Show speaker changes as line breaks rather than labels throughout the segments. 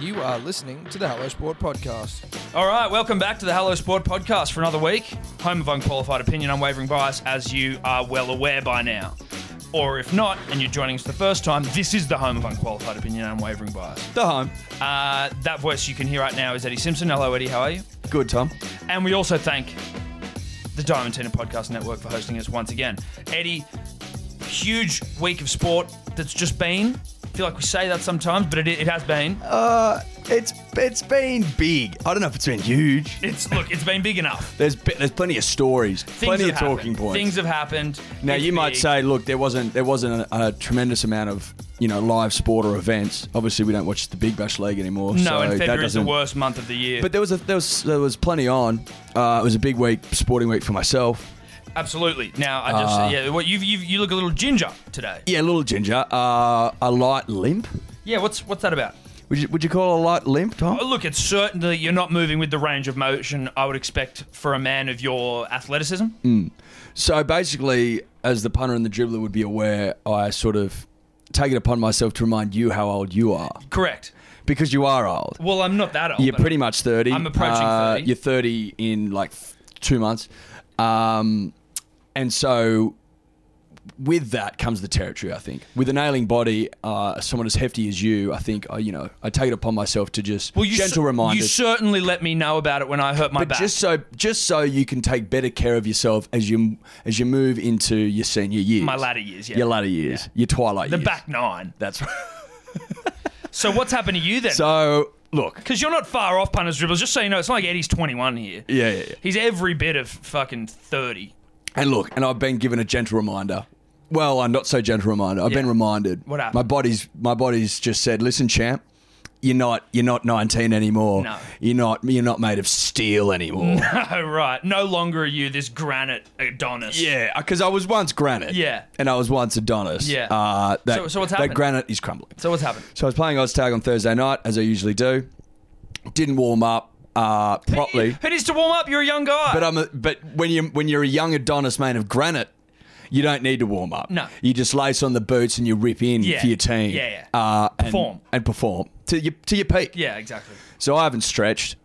You are listening to the Hello Sport Podcast.
All right, welcome back to the Hello Sport podcast for another week. Home of unqualified opinion, unwavering bias, as you are well aware by now. Or if not, and you're joining us the first time, this is the home of unqualified opinion, unwavering bias.
The home.
Uh, that voice you can hear right now is Eddie Simpson. Hello, Eddie. How are you?
Good, Tom.
And we also thank the Diamond Tenor Podcast Network for hosting us once again. Eddie, huge week of sport that's just been. I feel like we say that sometimes, but it, it has been.
Uh, it's it's been big. I don't know if it's been huge.
It's look, it's been big enough.
There's be- there's plenty of stories, plenty of
have
talking
happened.
points.
Things have happened.
now
It's
you might
big.
say, look, there wasn't there wasn't a, a tremendous amount of you know live sport or events. Obviously, we don't watch the Big Bash League anymore.
no,
so
and
that
February is the
doesn't.
worst month of the year.
But there was a, there was there was plenty on. Uh, it was a big week, sporting week for myself.
Absolutely. Now, I just
Uh.
yeah, what you you you look a little ginger today.
Yeah, a little ginger, uh, a light limp.
Yeah, what's what's that about?
Would you, would you call it a light limp, Tom?
Oh, look, it's certainly you're not moving with the range of motion I would expect for a man of your athleticism.
Mm. So basically, as the punter and the dribbler would be aware, I sort of take it upon myself to remind you how old you are
Correct.
because you are old.
Well, I'm not that old.
You're
but-
pretty much 30.
I'm approaching 30.
You're 30 in like th- two months. Um, and so with that comes the territory, I think. With an ailing body, uh, someone as hefty as you, I think, uh, you know, I take it upon myself to just
well, you
gentle
cer-
reminders.
You certainly let me know about it when I hurt my
but
back.
just so just so you can take better care of yourself as you as you move into your senior years.
My latter years, yeah.
Your latter years. Your twilight
the
years.
back nine.
That's right.
So what's happened to you then?
So look.
because you're not far off punters dribblers. Just so you know, it's not like Eddie's 21 here.
Yeah, yeah, yeah.
He's every bit of fucking 30.
And look, and I've been given a gentle reminder. Well, a not so gentle reminder. I've been
Yeah.
reminded.
What happened?
My body's my body's just said, listen, champ, you're not you're not nineteen anymore.
No.
You're not you're not made of steel anymore.
Oh right, no longer are you this granite Adonis.
Yeah, because I was once granite.
Yeah.
And I was once Adonis.
Yeah.
Uh, that,
So- so what's
that
happened?
granite is crumbling.
So what's happened?
So I was playing Oztag on Thursday night, as I usually do. Didn't warm up uh, properly,
Who needs to warm up? You're a young guy.
but uh, I'm a, but when you when you're a young Adonis man of granite, you don't need to warm up.
No.
you just lace on the boots and you rip in
Yeah.
for your team.
Yeah, yeah.
Uh, and,
Perform.
and perform to your to your peak.
yeah, exactly.
So I haven't stretched.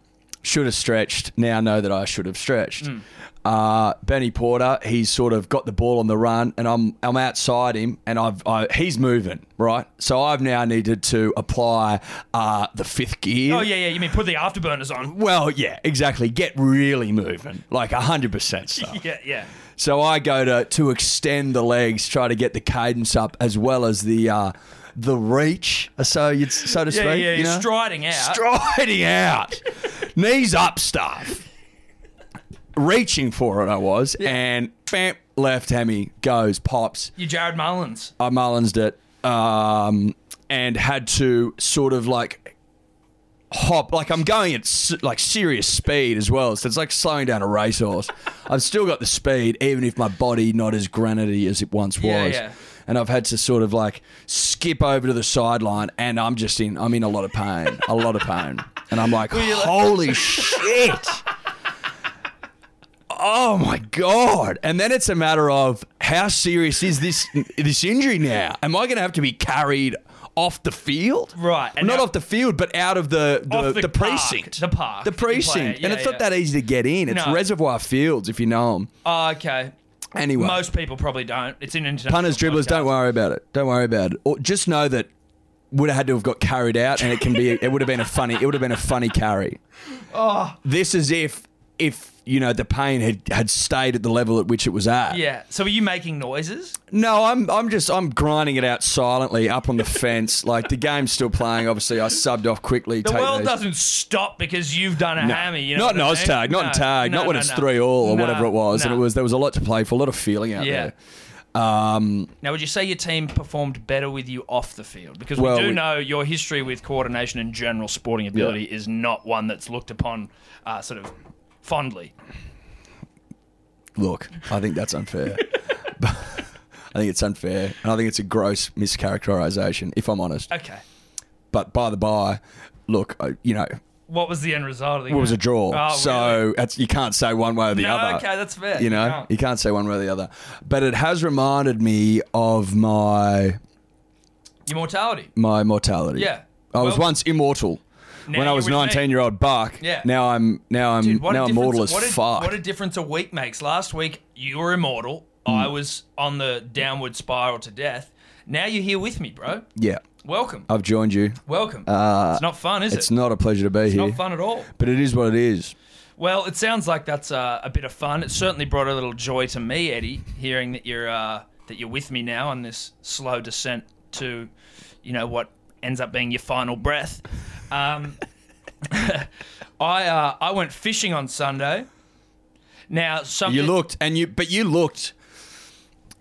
Should have stretched. Now know that I should have stretched.
Mm.
Uh, Benny Porter, he's sort of got the ball on the run, and I'm I'm outside him, and I've I, he's moving right. So I've now needed to apply uh, the fifth gear.
Oh yeah, yeah. You mean put the afterburners on?
Well, yeah, exactly. Get really moving, like hundred percent stuff.
Yeah, yeah.
So I go to to extend the legs, try to get the cadence up as well as the uh, the reach, so you'd so to speak.
Yeah, yeah,
you know?
striding out.
Striding out, knees up, stuff. Reaching for it, I was, and bam, left hammy goes, pops.
You're Jared Mullins.
I Marlinsed it, um, and had to sort of like hop. Like I'm going at s- like serious speed as well, so it's like slowing down a racehorse. I've still got the speed, even if my body not as granity as it once was.
Yeah, yeah.
And I've had to sort of like skip over to the sideline, and I'm just in. I'm in a lot of pain, a lot of pain, and I'm like, holy shit. Oh my god! And then it's a matter of how serious is this this injury now? Am I going to have to be carried off the field?
Right, and
not
now-
off the field, but out of the the,
Off the
the,
park,
precinct,
the park
the
you play at.
precinct. and
Yeah,
it's not
yeah.
that e- easy to get in. It's
No.
reservoir fields if you know them.
Oh, okay.
Anyway,
Most people probably don't. It's an international.
punters, dribblers,
podcast.
don't worry about it. Don't worry about it. Or just know that would have had to have got carried out, and it can be. it would have been a funny. It would have been a funny carry. Oh, this is if if you know the pain had had stayed at the level at which it was at.
Yeah. So are you making noises?
No, I'm I'm just I'm grinding it out silently up on the fence. Like the game's still playing. Obviously, I subbed off quickly.
The
take
world
these.
doesn't stop because you've done a
No.
hammy. You know
not in
what I mean?
Oztag, not
No,
in tag,
no,
not when
no,
it's
no.
three all or
No,
whatever it was.
no.
And it was there was a lot to play for, a lot of feeling out
Yeah.
there. Um,
Now, would you say your team performed better with you off the field? Because
Well,
we do
we-
know your history with coordination and general sporting ability is not one that's looked upon uh, sort of fondly.
Look, I think that's unfair. But I think it's unfair, and I think it's a gross mischaracterization, if I'm honest.
Okay.
But by the by, look, I, you know,
What was the end result of the
it was
game?
a draw,
Oh,
so
really?
that's, you can't say one way or the
No,
other.
okay, that's fair.
You know,
You
you
can't.
can't. say one way or the other. But it has reminded me of my
Your mortality.
my mortality.
Yeah.
I was
Well-
once immortal.
Now
when I
you're
was
with me.
19 year old buck.
Yeah.
Now I'm now I'm
Dude, what a
now I'm
difference-
mortal as
what a,
fuck.
What a difference a week makes. Last week you were immortal.
Mm.
I was on the downward spiral to death. Now you're here with me, bro.
yeah.
Welcome,
I've joined you.
welcome.
Uh,
it's not fun, is
It's
it?
not a pleasure to be
It's
here,
not fun at all.
but it is what it is.
Well, it sounds like that's uh, a bit of fun. It certainly brought a little joy to me, Eddie, hearing that you're uh, that you're with me now on this slow descent to, you know, what ends up being your final breath. Um, I uh, I went fishing on Sunday. Now something
You looked and you, but you looked.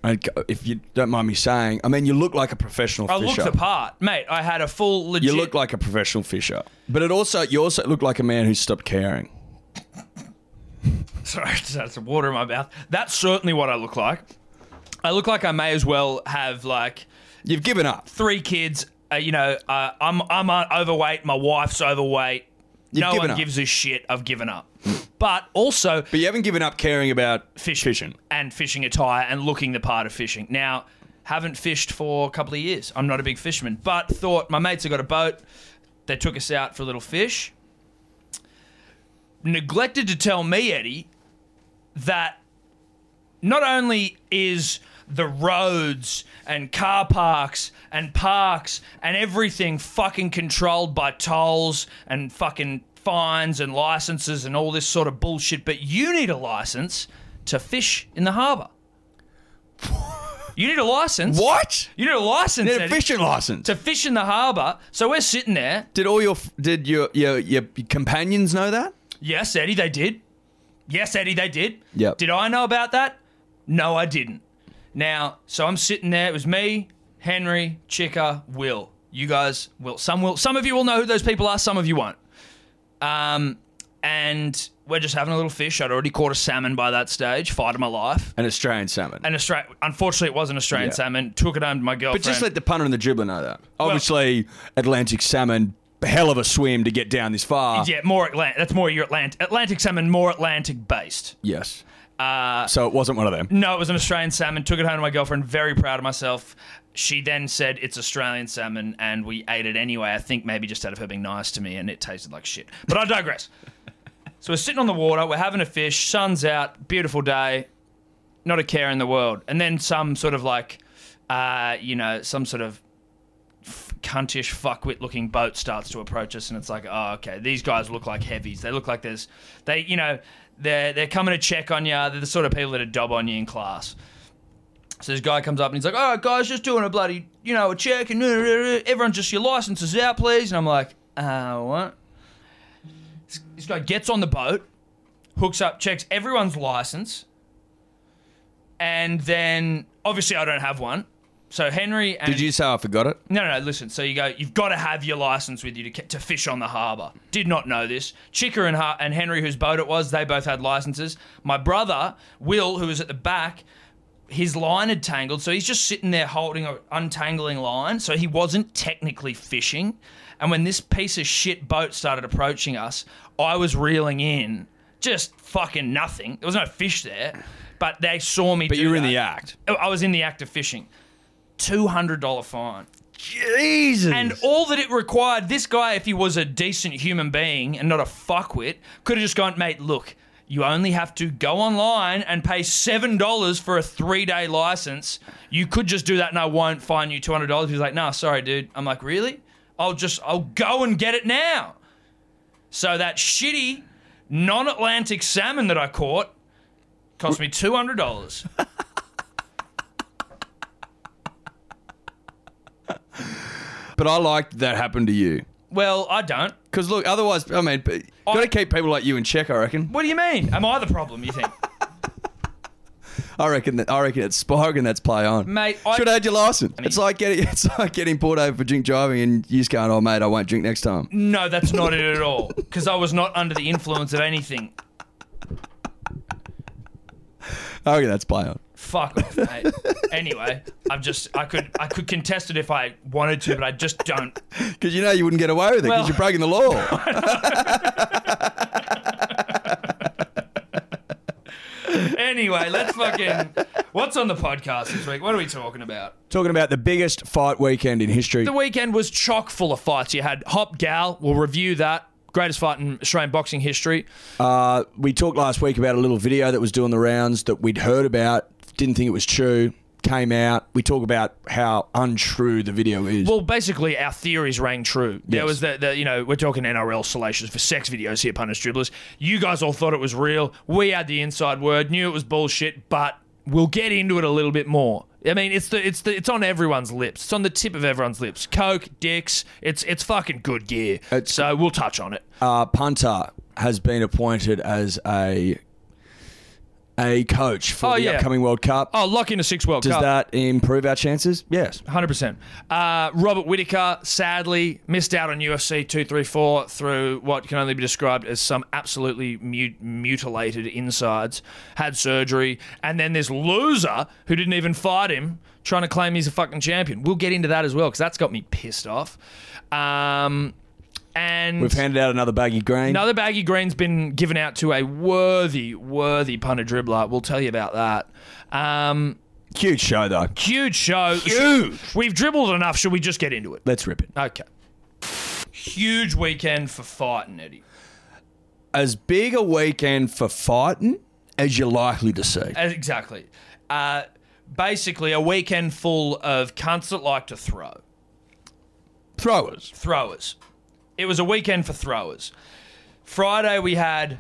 I- If you don't mind me saying, I mean, you look like a professional
I
fisher.
looked the part, mate. I had a full legit.
you look like a professional fisher, but it also you also look like a man who stopped caring.
Sorry, I just had some water in my mouth. That's certainly what I look like. I look like I may as well have like
You've given up.
three kids. Uh, you know, uh, I'm I'm uh, overweight. My wife's overweight. no
given
one
up.
gives a shit. I've given up. but also
But you haven't given up caring about
Fishing.
fishing.
and fishing attire and looking the part of fishing. Now, haven't fished for a couple of years. I'm not a big fisherman, but thought my mates have got a boat. They took us out for a little fish. Neglected to tell me, Eddie, that not only is the roads and car parks and parks and everything fucking controlled by tolls and fucking fines and licenses and all this sort of bullshit, but you need a license to fish in the harbour. You need a license.
What?
You need a license
Did a
Eddie,
fishing license?
to fish in the harbour. So we're sitting there.
Did all your f- did your your your companions know that?
Yes, Eddie, they did. Yes, Eddie, they did.
Yep.
Did I know about that? No, I didn't. Now, so I'm sitting there. It was me, Henry, Chica, Will. You guys will. Some will. Some of you will know who those people are. Some of you won't. Um, and we're just having a little fish. I'd already caught a salmon by that stage. Fight of my life.
An Australian salmon.
And Australia. Unfortunately, it was an Australian
Yeah.
salmon. Took it home to my girlfriend.
But just let the punter and the dribbler know that. Obviously, Atlantic salmon, hell of a swim to get down this far.
yeah, more Atlantic. That's more your Atlantic. Atlantic salmon, more Atlantic based.
Yes. Uh, so it wasn't one of them.
No, it was an Australian salmon. Took it home to my girlfriend. Very proud of myself. She then said it's Australian salmon, and we ate it anyway. I think maybe just out of her being nice to me, and it tasted like shit. But I digress. so we're sitting on the water. We're having a fish. Sun's out. Beautiful day. Not a care in the world. And then some sort of like, uh, you know, some sort of f- cuntish fuckwit looking boat starts to approach us and it's like oh okay these guys look like heavies they look like there's they you know they're they're coming to check on you they're the sort of people that are dob on you in class so this guy comes up and he's like all right guys just doing a bloody you know a check and uh, everyone just your licenses out please and i'm like uh what This- this guy gets on the boat hooks up checks everyone's license and then obviously i don't have one so henry and
Did you say I forgot it?
no, no, no, listen. So you go, you've got to have your license with you to, ca- to fish on the harbour. Did not know this. Chicker and, Har- and Henry, whose boat it was, they both had licenses. My brother, Will, who was at the back, his line had tangled. So he's just sitting there holding a untangling line. So he wasn't technically fishing. And when this piece of shit boat started approaching us, I was reeling in just fucking nothing. There was no fish there. But they saw me
But
do
you were in
that.
the act.
I was in the act of fishing. $200 fine.
Jesus.
And all that it required, this guy, if he was a decent human being and not a fuckwit, could have just gone, mate, look, you only have to go online and pay $7 for a three day license. You could just do that and I won't fine you $200. He's like, nah, sorry, dude. I'm like, really? I'll just, I'll go and get it now. So that shitty non Atlantic salmon that I caught cost me $200.
but I liked that happened to you.
well, I don't.
Because look, otherwise, I mean, but got to keep people like you in check. I reckon.
What do you mean? Am I the problem, you think?
I reckon that. I reckon it's Spog and that's play on.
Mate, I-
should have had your license. it's like getting. It's like getting pulled over for drink driving and you just going, "Oh, mate, I won't drink next time."
No, that's not it at all. Because I was not under the influence of anything.
I reckon that's play on.
Fuck off, mate. Anyway, I've just I could I could contest it if I wanted to, but I just don't.
Because you know you wouldn't get away with it because
Well-
you're breaking the law.
Anyway, let's fucking What's on the podcast this week? What are we talking about?
Talking about the biggest fight weekend in history.
The weekend was chock full of fights. You had Hop Gal. We'll review that. Greatest fight in Australian boxing history.
Uh, we talked last week about a little video that was doing the rounds that we'd heard about, didn't think it was true, came out. We talk about how untrue the video is.
Well, basically, our theories rang true. There
Yes.
was the, the, you know, we're talking NRL salacious for sex videos here, punish dribblers. You guys all thought it was real. We had the inside word, knew it was bullshit, but we'll get into it a little bit more. I mean, it's the it's the it's on everyone's lips. It's on the tip of everyone's lips. Coke, dicks. It's it's fucking good gear.
It's-
so we'll touch on it.
uh, punter has been appointed as a a coach for
Oh,
the
yeah.
upcoming World Cup.
Oh, lock in a six World
Does
Cup.
that improve our chances? Yes.
Hundred percent. Uh, Robert Whitaker sadly missed out on UFC two three four through what can only be described as some absolutely mut- mutilated insides. Had surgery, and then this loser who didn't even fight him, trying to claim he's a fucking champion. We'll get into that as well because that's got me pissed off. Um, and
We've handed out another baggy grain.
Another baggy green's been given out to a worthy, worthy punter dribbler. We'll tell you about that. Um,
Huge show though.
huge show. Huge. We've dribbled enough. Should we just get into it?
Let's rip it.
Okay. Huge weekend for fighting, Eddie.
As big a weekend for fighting as you're likely to see.
Uh, Exactly. Uh, basically, a weekend full of cunts that like to throw.
Throwers.
Throwers. It was a weekend for throwers. Friday, we had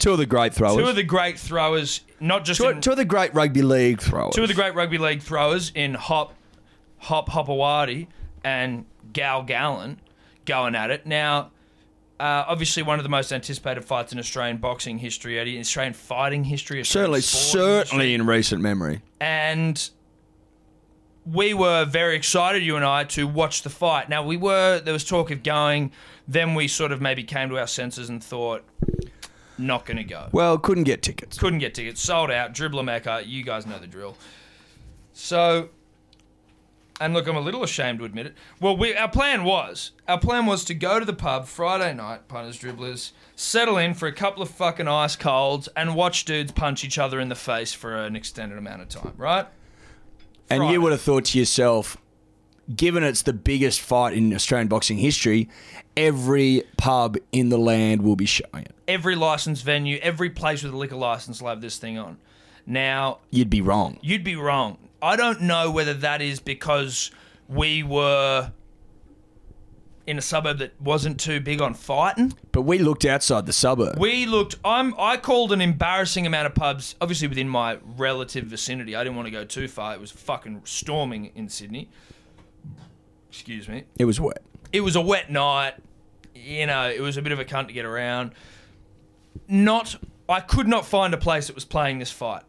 Two of the great throwers.
two of the great throwers, not just
Two-
in-
two of the great rugby league throwers.
two of the great rugby league throwers in Hop Hop Hopawati and Gal Gallen going at it. Now, uh, obviously, one of the most anticipated fights in Australian boxing history, Eddie, Australian fighting history, Australian
certainly,
sporting history.
certainly in recent memory.
and we were very excited, you and I, to watch the fight. Now we were there was talk of going, then we sort of maybe came to our senses and thought, not going to go.
Well, couldn't get tickets.
Couldn't get tickets. Sold out. Dribbler Mecca. You guys know the drill. So, and look, I'm a little ashamed to admit it. Well, we, our plan was our plan was to go to the pub Friday night, punters, dribblers, settle in for a couple of fucking ice colds, and watch dudes punch each other in the face for an extended amount of time, right?
And
Friday.
you would have thought to yourself, given it's the biggest fight in Australian boxing history, every pub in the land will be showing it.
Every licensed venue, every place with a liquor license will have this thing on. Now,
You'd be wrong.
You'd be wrong. I don't know whether that is because we were in a suburb that wasn't too big on fighting.
But we looked outside the suburb.
We looked. I'm. I called an embarrassing amount of pubs, obviously within my relative vicinity. I didn't want to go too far. It was fucking storming in Sydney. Excuse me.
it was wet.
It was a wet night. You know, it was a bit of a cunt to get around. Not. I could not find a place that was playing this fight.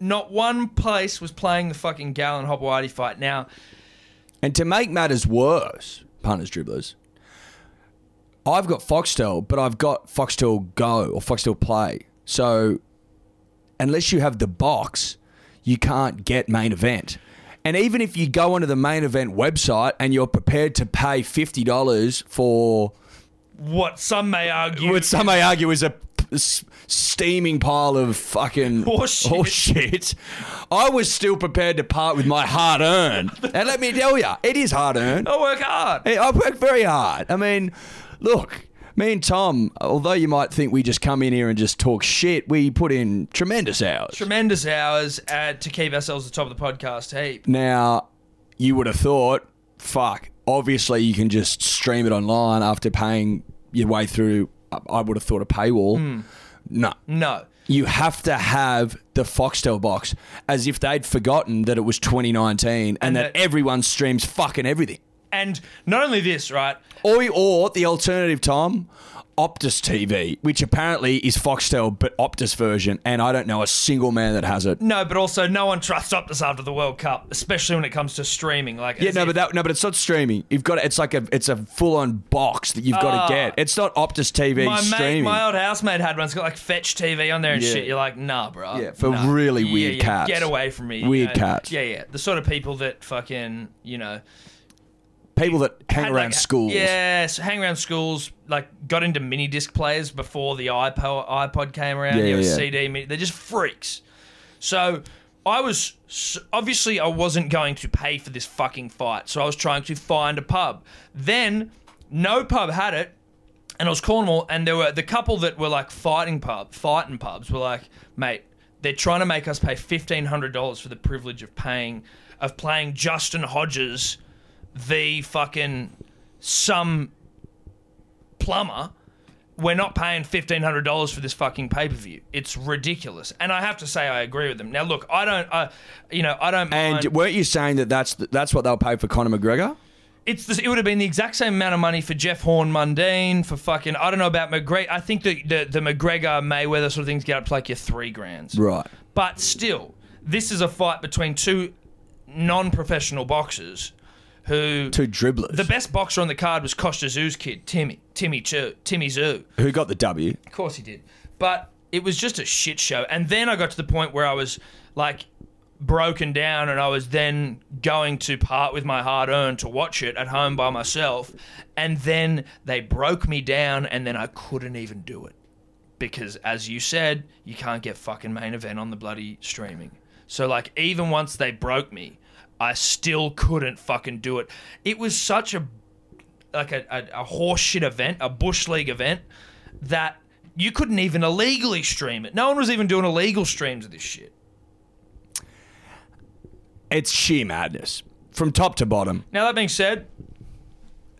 Not one place was playing the fucking Gallon Hopewadi fight. Now,
And to make matters worse, punters, dribblers, I've got Foxtel, but I've got Foxtel Go or Foxtel Play. So unless you have the box, you can't get main event. And even if you go onto the main event website and you're prepared to pay $50 for
what some may argue
what some may argue is a p- s- steaming pile of fucking
Horseshit.
horseshit, I was still prepared to part with my hard earned. and let me tell you, it is hard earned.
I work hard.
I work very hard. I mean, look, me and Tom, although you might think we just come in here and just talk shit, we put in tremendous hours.
Tremendous hours uh, to keep ourselves at the top of the podcast heap.
now, you would have thought, fuck, obviously you can just stream it online after paying your way through, I- I would have thought, a paywall. No.
No.
You have to have the Foxtel box as if they'd forgotten that it was 2019 and,
And
that,
that-
everyone streams fucking everything.
And not only this, right?
Or, or the alternative, Tom, Optus TV, which apparently is Foxtel but Optus version, and I don't know a single man that has it.
No, but also no one trusts Optus after the World Cup, especially when it comes to streaming. Like,
Yeah, no, but that, no, but it's not streaming. You've got it's like a it's a full on box that you've got
Ah.
to get. It's not Optus TV
my mate,
streaming.
my old housemate had one. It's got like Fetch TV on there and
Yeah.
shit. You're like, nah, bro.
Yeah, for
nah.
really
Yeah,
weird
yeah,
cats.
Get away from me. you
Weird
know?
cats.
Yeah, yeah. The sort of people that fucking you know
People that hang
had,
around
like,
schools.
Yes, hang around schools. Like got into mini disc players before the iPod iPod came around.
Yeah,
Yeah,
yeah, yeah.
CD. Mini, they're just freaks. So I was s- obviously I wasn't going to pay for this fucking fight, so I was trying to find a pub. Then no pub had it, and it was Cornwall, and there were the couple that were like fighting pub, fighting pubs were like, mate, they're trying to make us pay fifteen hundred dollars for the privilege of paying, of playing Justin Hodges, the fucking some plumber. We're not paying fifteen hundred dollars for this fucking pay per view. It's ridiculous, and I have to say I agree with them. Now, look, I don't, I, you know, I don't.
And
mind.
weren't you saying that that's that's what they'll pay for Conor McGregor?
it's the, it would have been the exact same amount of money for Jeff Horn Mundine for fucking I don't know about McGregor. I think the the, the McGregor Mayweather sort of things get up to like your three grands,
Right.
But still, this is a fight between two non-professional boxers who
Two dribblers
the best boxer on the card was Costa Zoo's kid Timmy Timmy Chu Timmy Zoo.
who got the W.
Of course he did. But it was just a shit show. And then I got to the point where I was like broken down and I was then going to part with my hard earned to watch it at home by myself. And then they broke me down and then I couldn't even do it. Because as you said, you can't get fucking main event on the bloody streaming. So like even once they broke me, I still couldn't fucking do it. It was such a like a, a, a horse shit event, a bush league event, that you couldn't even illegally stream it. No one was even doing illegal streams of this shit.
It's sheer madness from top to bottom.
Now that being said,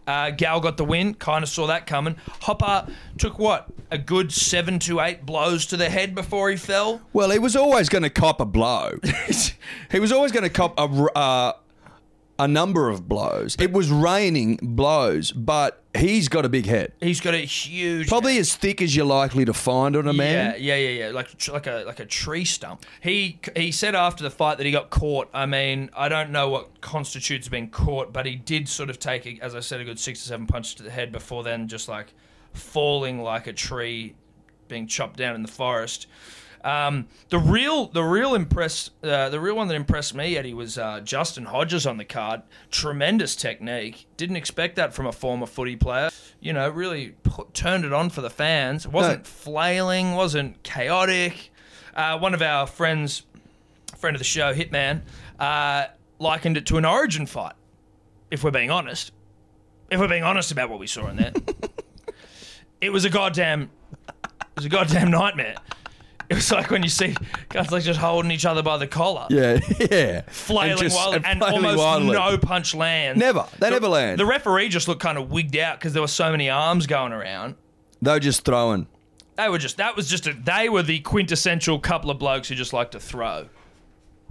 uh, Gal got the win. Kind of saw that coming. Hopper took what a good seven to eight blows to the head before he fell.
Well, he was always going to cop a blow. he was always going to cop a, r- uh, a number of blows. It was raining blows, but he's got a big head.
He's got a huge
Probably as thick as you're likely to find on a man.
Yeah, yeah, yeah, yeah. Like tr- like a like a tree stump. He he said after the fight that he got caught. I mean, I don't know what constitutes being caught, but he did sort of take, a, as I said, a good six or seven punches to the head before then just like falling like a tree being chopped down in the forest. Um, the real, the real impress, uh, the real one that impressed me, Eddie, was uh, Justin Hodges on the card. Tremendous technique. Didn't expect that from a former footy player. You know, really put, turned it on for the fans. wasn't flailing. wasn't chaotic. Uh, one of our friends, friend of the show, Hitman, uh, likened it to an Origin fight. If we're being honest, if we're being honest about what we saw in there, it was a goddamn, it was a goddamn nightmare. It was like when you see guys like just holding each other by the collar,
Yeah, yeah.
flailing
just-
wildly, and,
flailing
almost
wildly.
no punch lands.
Never. They
The-
never land.
The referee just looked kind of wigged out because there were so many arms going around.
They're just throwing.
They were just that was just a, they were the quintessential couple of blokes who just like to throw,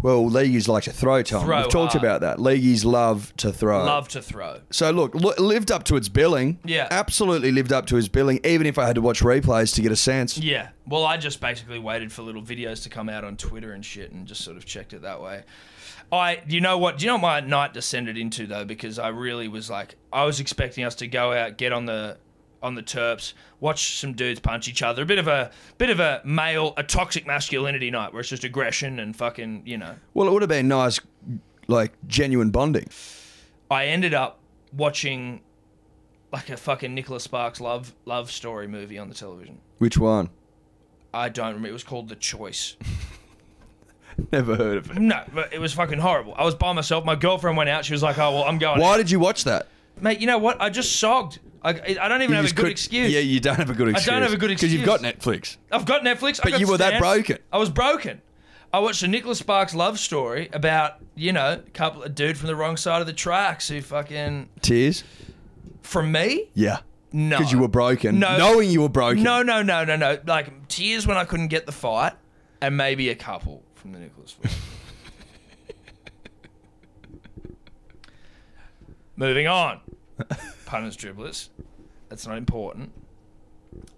Well, leaguers like to throw, Tom.
Throw
We've talked
hard.
about that. Leaguers love to throw.
love to throw.
So look, lo- lived up to its billing.
Yeah.
absolutely lived up to his billing. Even if I had to watch replays to get a sense.
Yeah. Well, I just basically waited for little videos to come out on Twitter and shit, and just sort of checked it that way. I, you know what? Do you know what my night descended into though? Because I really was like, I was expecting us to go out, get on the on the terps, watch some dudes punch each other. A bit of a bit of a male, a toxic masculinity night where it's just aggression and fucking, you know.
Well, it would have been nice, like genuine bonding.
I ended up watching like a fucking Nicholas Sparks love love story movie on the television.
Which one?
I don't remember. It was called The Choice.
Never heard of it.
No, but it was fucking horrible. I was by myself. My girlfriend went out. She was like, "Oh well, I'm going."
Why did you watch that?
Mate, you know what? I just sogged. I, I don't even
You
have a
just
good
couldn't-
excuse.
Yeah, you don't have a good excuse.
have a good
because you've got
excuse.
Netflix.
I've got Netflix. But I got
you were that
Stan.
broken.
I was broken. I watched a Nicholas Sparks love story about you know a couple of dude from the wrong side of the tracks who fucking
Tears.
from me.
Yeah.
No,
Because you were broken.
No.
Knowing you were broken.
No, no, no, no, no. Like tears when I couldn't get the fight, and maybe a couple from the Nicholas. Ford. Moving on, punters, dribblers. That's not important.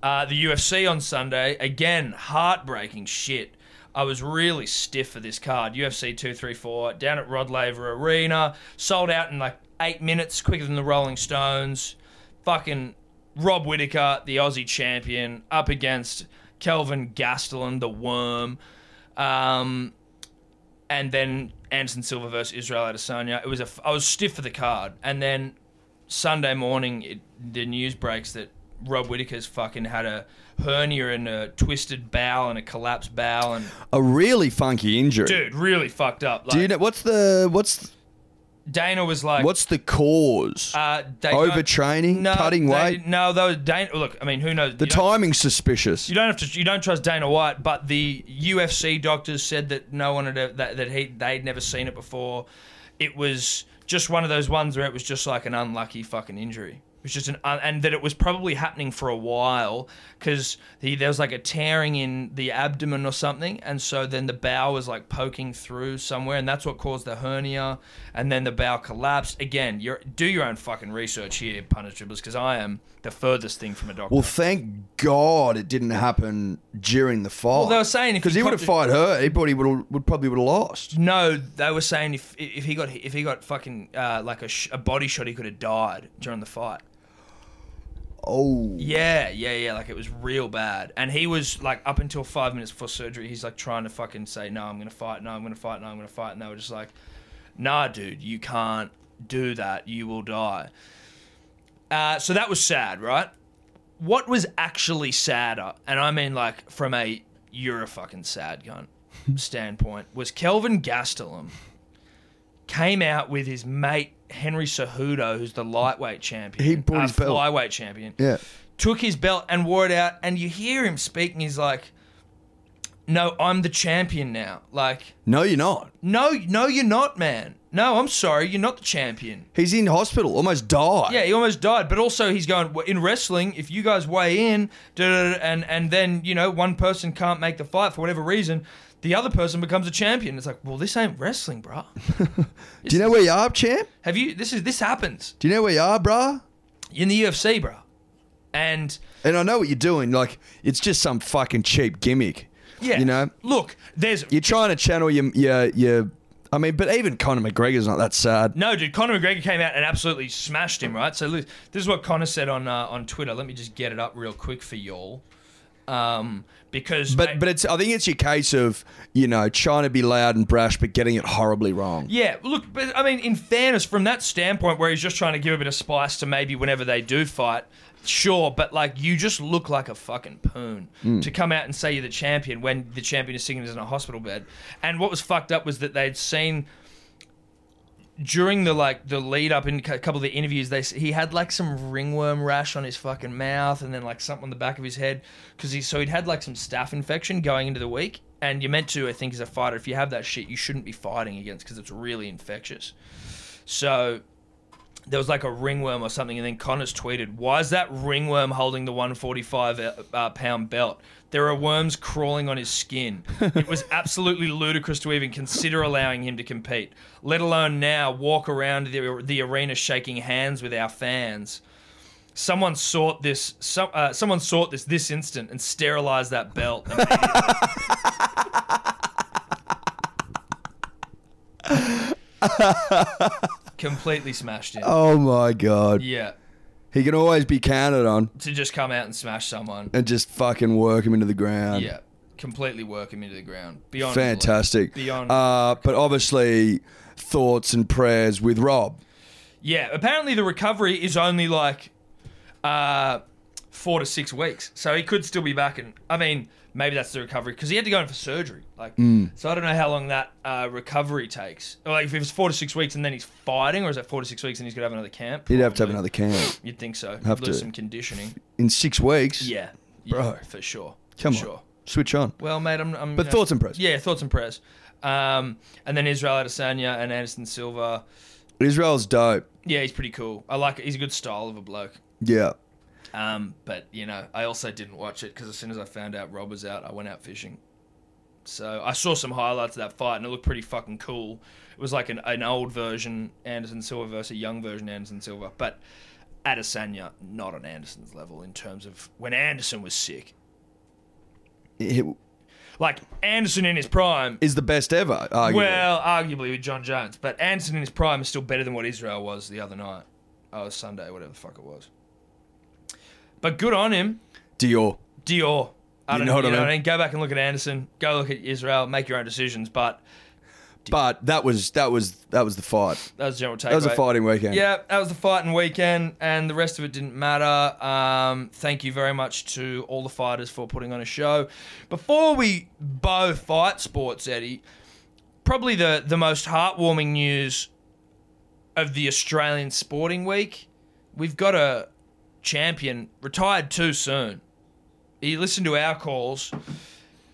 Uh, the UFC on Sunday again, heartbreaking shit. I was really stiff for this card. UFC 234 down at Rod Laver Arena, sold out in like eight minutes, quicker than the Rolling Stones. Fucking Rob Whitaker, the Aussie champion, up against Kelvin Gastelum, the Worm. Um, and then Anderson Silva versus Israel Adesanya. It was a f- I was stiff for the card, and then Sunday morning it, the news breaks that Rob Whitaker's fucking had a hernia and a twisted bowel and a collapsed bowel and
A really funky injury.
dude really fucked up. Like,
Do you know what's the what's
Dana was like,
what's the cause?
uh, they don't-
Overtraining, cutting
they-
weight.
No, those Dana. Look, I mean, who knows?
the
you don't-
timing's suspicious.
You don't have to. You don't trust Dana White, but the UFC doctors said that no one had ev- that, that he they'd never seen it before. It was just one of those ones where it was just like an unlucky fucking injury. It was just an un, and that it was probably happening for a while because there was like a tearing in the abdomen or something, and so then the bowel was like poking through somewhere, and that's what caused the hernia, and then the bowel collapsed. Again, you do your own fucking research here, punish because I am the furthest thing from a doctor.
well, thank God it didn't happen during the fight.
Well, they were saying if
because
he
he would have
caught
fought her, he probably would would probably would have lost.
No, they were saying if if he got if he got fucking uh, like a, sh- a body shot, he could have died during the fight.
Oh,
Yeah, yeah, yeah. Like it was real bad, and he was like up until five minutes before surgery, he's like trying to fucking say no, I'm gonna fight, no, I'm gonna fight, no, I'm gonna fight, and they were just like, Nah, dude, you can't do that. You will die. Uh, so that was sad, right? What was actually sadder, and I mean like from a you're a fucking sad gun standpoint, was Kelvin Gastelum came out with his mate Henry Cejudo, who's the lightweight champion. uh,
He brought his belt.
flyweight champion
yeah.
took his belt and wore it out and you hear him speaking he's like no i'm the champion now like
No, you're not.
no no you're not man no i'm sorry you're not the champion
He's in hospital, almost died.
yeah he almost died but also he's going "Well, in wrestling if you guys weigh in da, da, da, and and then you know one person can't make the fight for whatever reason the other person becomes a champion it's like well this ain't wrestling bruh
Do you know where you are, champ?
have you this is this happens
Do you know where you are, bruh?
in the ufc bruh and
And I know what you're doing. Like it's just some fucking cheap gimmick.
yeah
You know,
look there's
you're trying to channel your your your. I mean, but even Conor McGregor's not that sad.
No, dude, Conor McGregor came out and absolutely smashed him, right? So look, this is what Conor said on uh, on Twitter. Let me just get it up real quick for y'all, um, because
But but it's I think it's your case of you know trying to be loud and brash, but getting it horribly wrong.
yeah, look, but I mean, in fairness, from that standpoint, where he's just trying to give a bit of spice to maybe whenever they do fight, sure, but like you just look like a fucking poon
Hmm.
to come out and say you're the champion when the champion is sitting in a hospital bed. And what was fucked up was that they'd seen during the like the lead up in a couple of the interviews they s- he had like some ringworm rash on his fucking mouth and then like something on the back of his head because he so he'd had like some staph infection going into the week and you're meant to i think as a fighter if you have that shit you shouldn't be fighting against because it's really infectious so there was like a ringworm or something, and then Connors tweeted, "Why is that ringworm holding the 145 uh, uh, pound belt? There are worms crawling on his skin. It was absolutely ludicrous to even consider allowing him to compete, let alone now walk around the, the arena shaking hands with our fans." Someone sought this. Some, uh, someone sought this this instant and sterilized that belt. Completely smashed him.
Oh my god,
Yeah,
he can always be counted on
to just come out and smash someone.
and just fucking work him into the ground.
Yeah, completely work him into the ground. Beyond belief.
fantastic.
Beyond.
uh, but obviously, thoughts and prayers with Rob.
yeah, apparently the recovery is only like uh, four to six weeks, so he could still be back. And I mean, maybe that's the recovery because he had to go in for surgery. Like,
Hmm.
so I don't know how long that uh, recovery takes. Like, if it was four to six weeks and then he's fighting, or is that four to six weeks and he's gonna have another camp?
He'd have to have
Probably.
another camp
You'd think so.
Have
Lose
to.
some conditioning.
in six weeks.
Yeah,
Bro.
yeah, for sure.
come
for
on,
sure.
switch on.
Well, mate, I'm. I'm
But thoughts and prayers.
Yeah, thoughts and prayers. Um, and then Israel Adesanya and Anderson Silva.
Israel's dope.
Yeah, he's pretty cool. I like. He's a good style of a bloke.
Yeah.
Um, but you know, I also didn't watch it because as soon as I found out Rob was out, I went out fishing. So I saw some highlights of that fight, and it looked pretty fucking cool. It was like an, an old version Anderson Silva versus a young version Anderson Silva, but Adesanya not on Anderson's level in terms of when Anderson was sick.
It
Like Anderson in his prime
is the best ever. Arguably.
Well, arguably with John Jones, but Anderson in his prime is still better than what Israel was the other night. Oh, it was Sunday, whatever the fuck it was. But good on him,
Dior.
Dior. I
You
don't
know what I
you
mean?
Go back and look at Anderson. Go look at Israel. Make your own decisions. But
But that was that was that was the fight.
That was the general takeaway.
That was a fighting weekend.
Yeah, that was the fighting weekend, and the rest of it didn't matter. Um, thank you very much to all the fighters for putting on a show. Before we bow fight sports, Eddie, probably the, the most heartwarming news of the Australian sporting week. We've got a champion retired too soon. He listened to our calls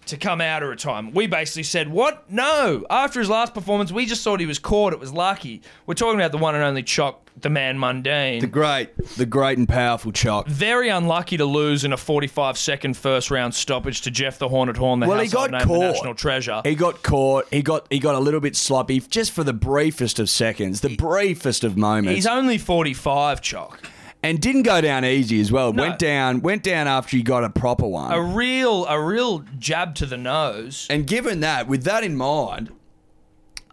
to come out of retirement. We basically said, What? No. After his last performance, we just thought he was caught. It was lucky. We're talking about the one and only Chock, the man mundane.
The great, the great and powerful Chuck.
Very unlucky to lose in a 45 second first round stoppage to Jeff the Hornet Horn, the
Well, he
household
got
name, the
caught.
national treasure.
He got caught. He got he got a little bit sloppy just for the briefest of seconds, the briefest of moments.
He's only 45, Chock.
and didn't go down easy as well.
No.
Went down, went down after he got a proper one.
A real, a real jab to the nose.
and given that, with that in mind,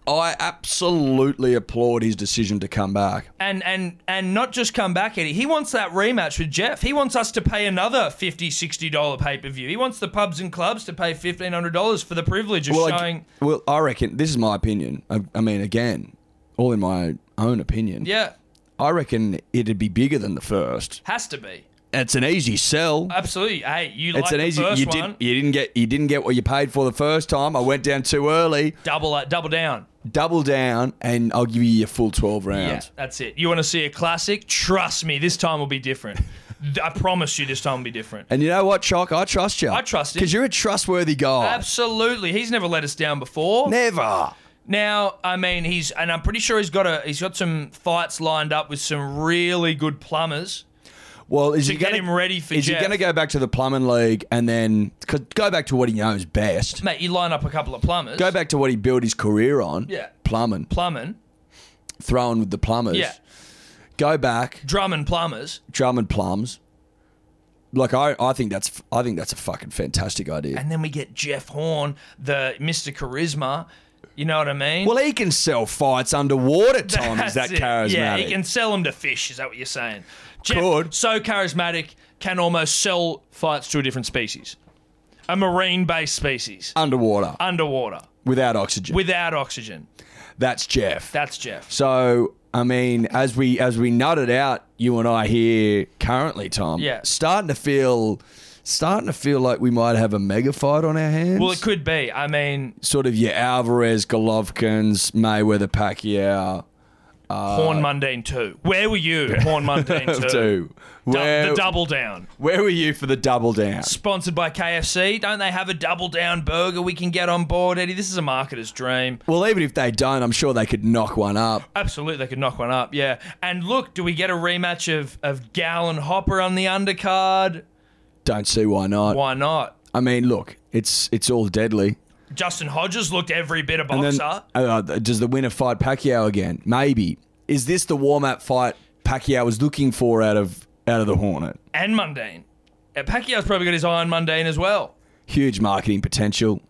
I absolutely applaud his decision to come back.
and and and not just come back Eddie. He wants that rematch with Jeff. He wants us to pay another 50 60 dollar pay-per-view. He wants the pubs and clubs to pay $1500 for the privilege of showing
I, well, I reckon this is my opinion. I, I mean, again, all in my own opinion.
Yeah,
I reckon it'd be bigger than the first.
has to be.
It's an easy sell.
Absolutely. Hey, you
It's
like
an
the
easy.
first
You
one.
didn't. You didn't get. You didn't get what you paid for the first time. I went down too early.
Double uh, double down.
Double down, and I'll give you your full twelve
Yeah,
rounds.
that's it. You want to see a classic? Trust me, this time will be different. I promise you this time will be different.
And you know what, Chock? I trust you.
I trust him.
because you're a trustworthy guy.
Absolutely. He's never let us down before.
Never.
Now, I mean, he's and I'm pretty sure he's got a he's got some fights lined up with some really good plumbers.
Well, is
To
he
get
gonna,
him ready for
Is
Jeff.
he going to go back to the plumbing league and then cause go back to what he knows best?
Mate, you line up a couple of plumbers.
Go back to what he built his career on.
Yeah.
plumbing,
plumbing.
throwing with the plumbers.
Yeah.
Go back,
Drumming plumbers.
drum and plums. Like I, I think that's, I think that's a fucking fantastic idea.
And then we get Jeff Horn, the Mr. Charisma. You know what I mean?
Well, he can sell fights underwater, Tom. Is that
That's it.
charismatic?
Yeah, he can sell them to fish. Is that what you're saying? Jeff,
Could.
so charismatic, can almost sell fights to a different species, a marine-based species,
Underwater
underwater,
without oxygen.
without oxygen.
that's Jeff.
That's Jeff.
so I mean, as we as we nutted out, you and I here currently, Tom.
Yeah.
Starting to feel, starting to feel like we might have a mega fight on our hands.
Well, it could be. I mean,
sort of your Alvarez, Golovkins, Mayweather, Pacquiao.
Horn Mundane Two. Where were you, Horn Mundane Two?
Uh, Two.
Du-
Where,
the double down.
where were you for the double down?
Sponsored by KFC. Don't they have a double down burger we can get on board, Eddie? This is a marketer's dream.
Well, even if they don't, I'm sure they could knock one up.
Absolutely, they could knock one up, yeah. And look, do we get a rematch of, of Gal and Hopper on the undercard?
Don't see why not.
Why not?
I mean, look, it's it's all deadly.
Justin Hodges looked every bit a
And
boxer.
then uh, does the winner fight Pacquiao again? Maybe. Is this the warm up fight Pacquiao was looking for out of out of the Hornet?
and Mundane. Yeah, Pacquiao's probably got his eye on Mundane as well.
Huge marketing potential,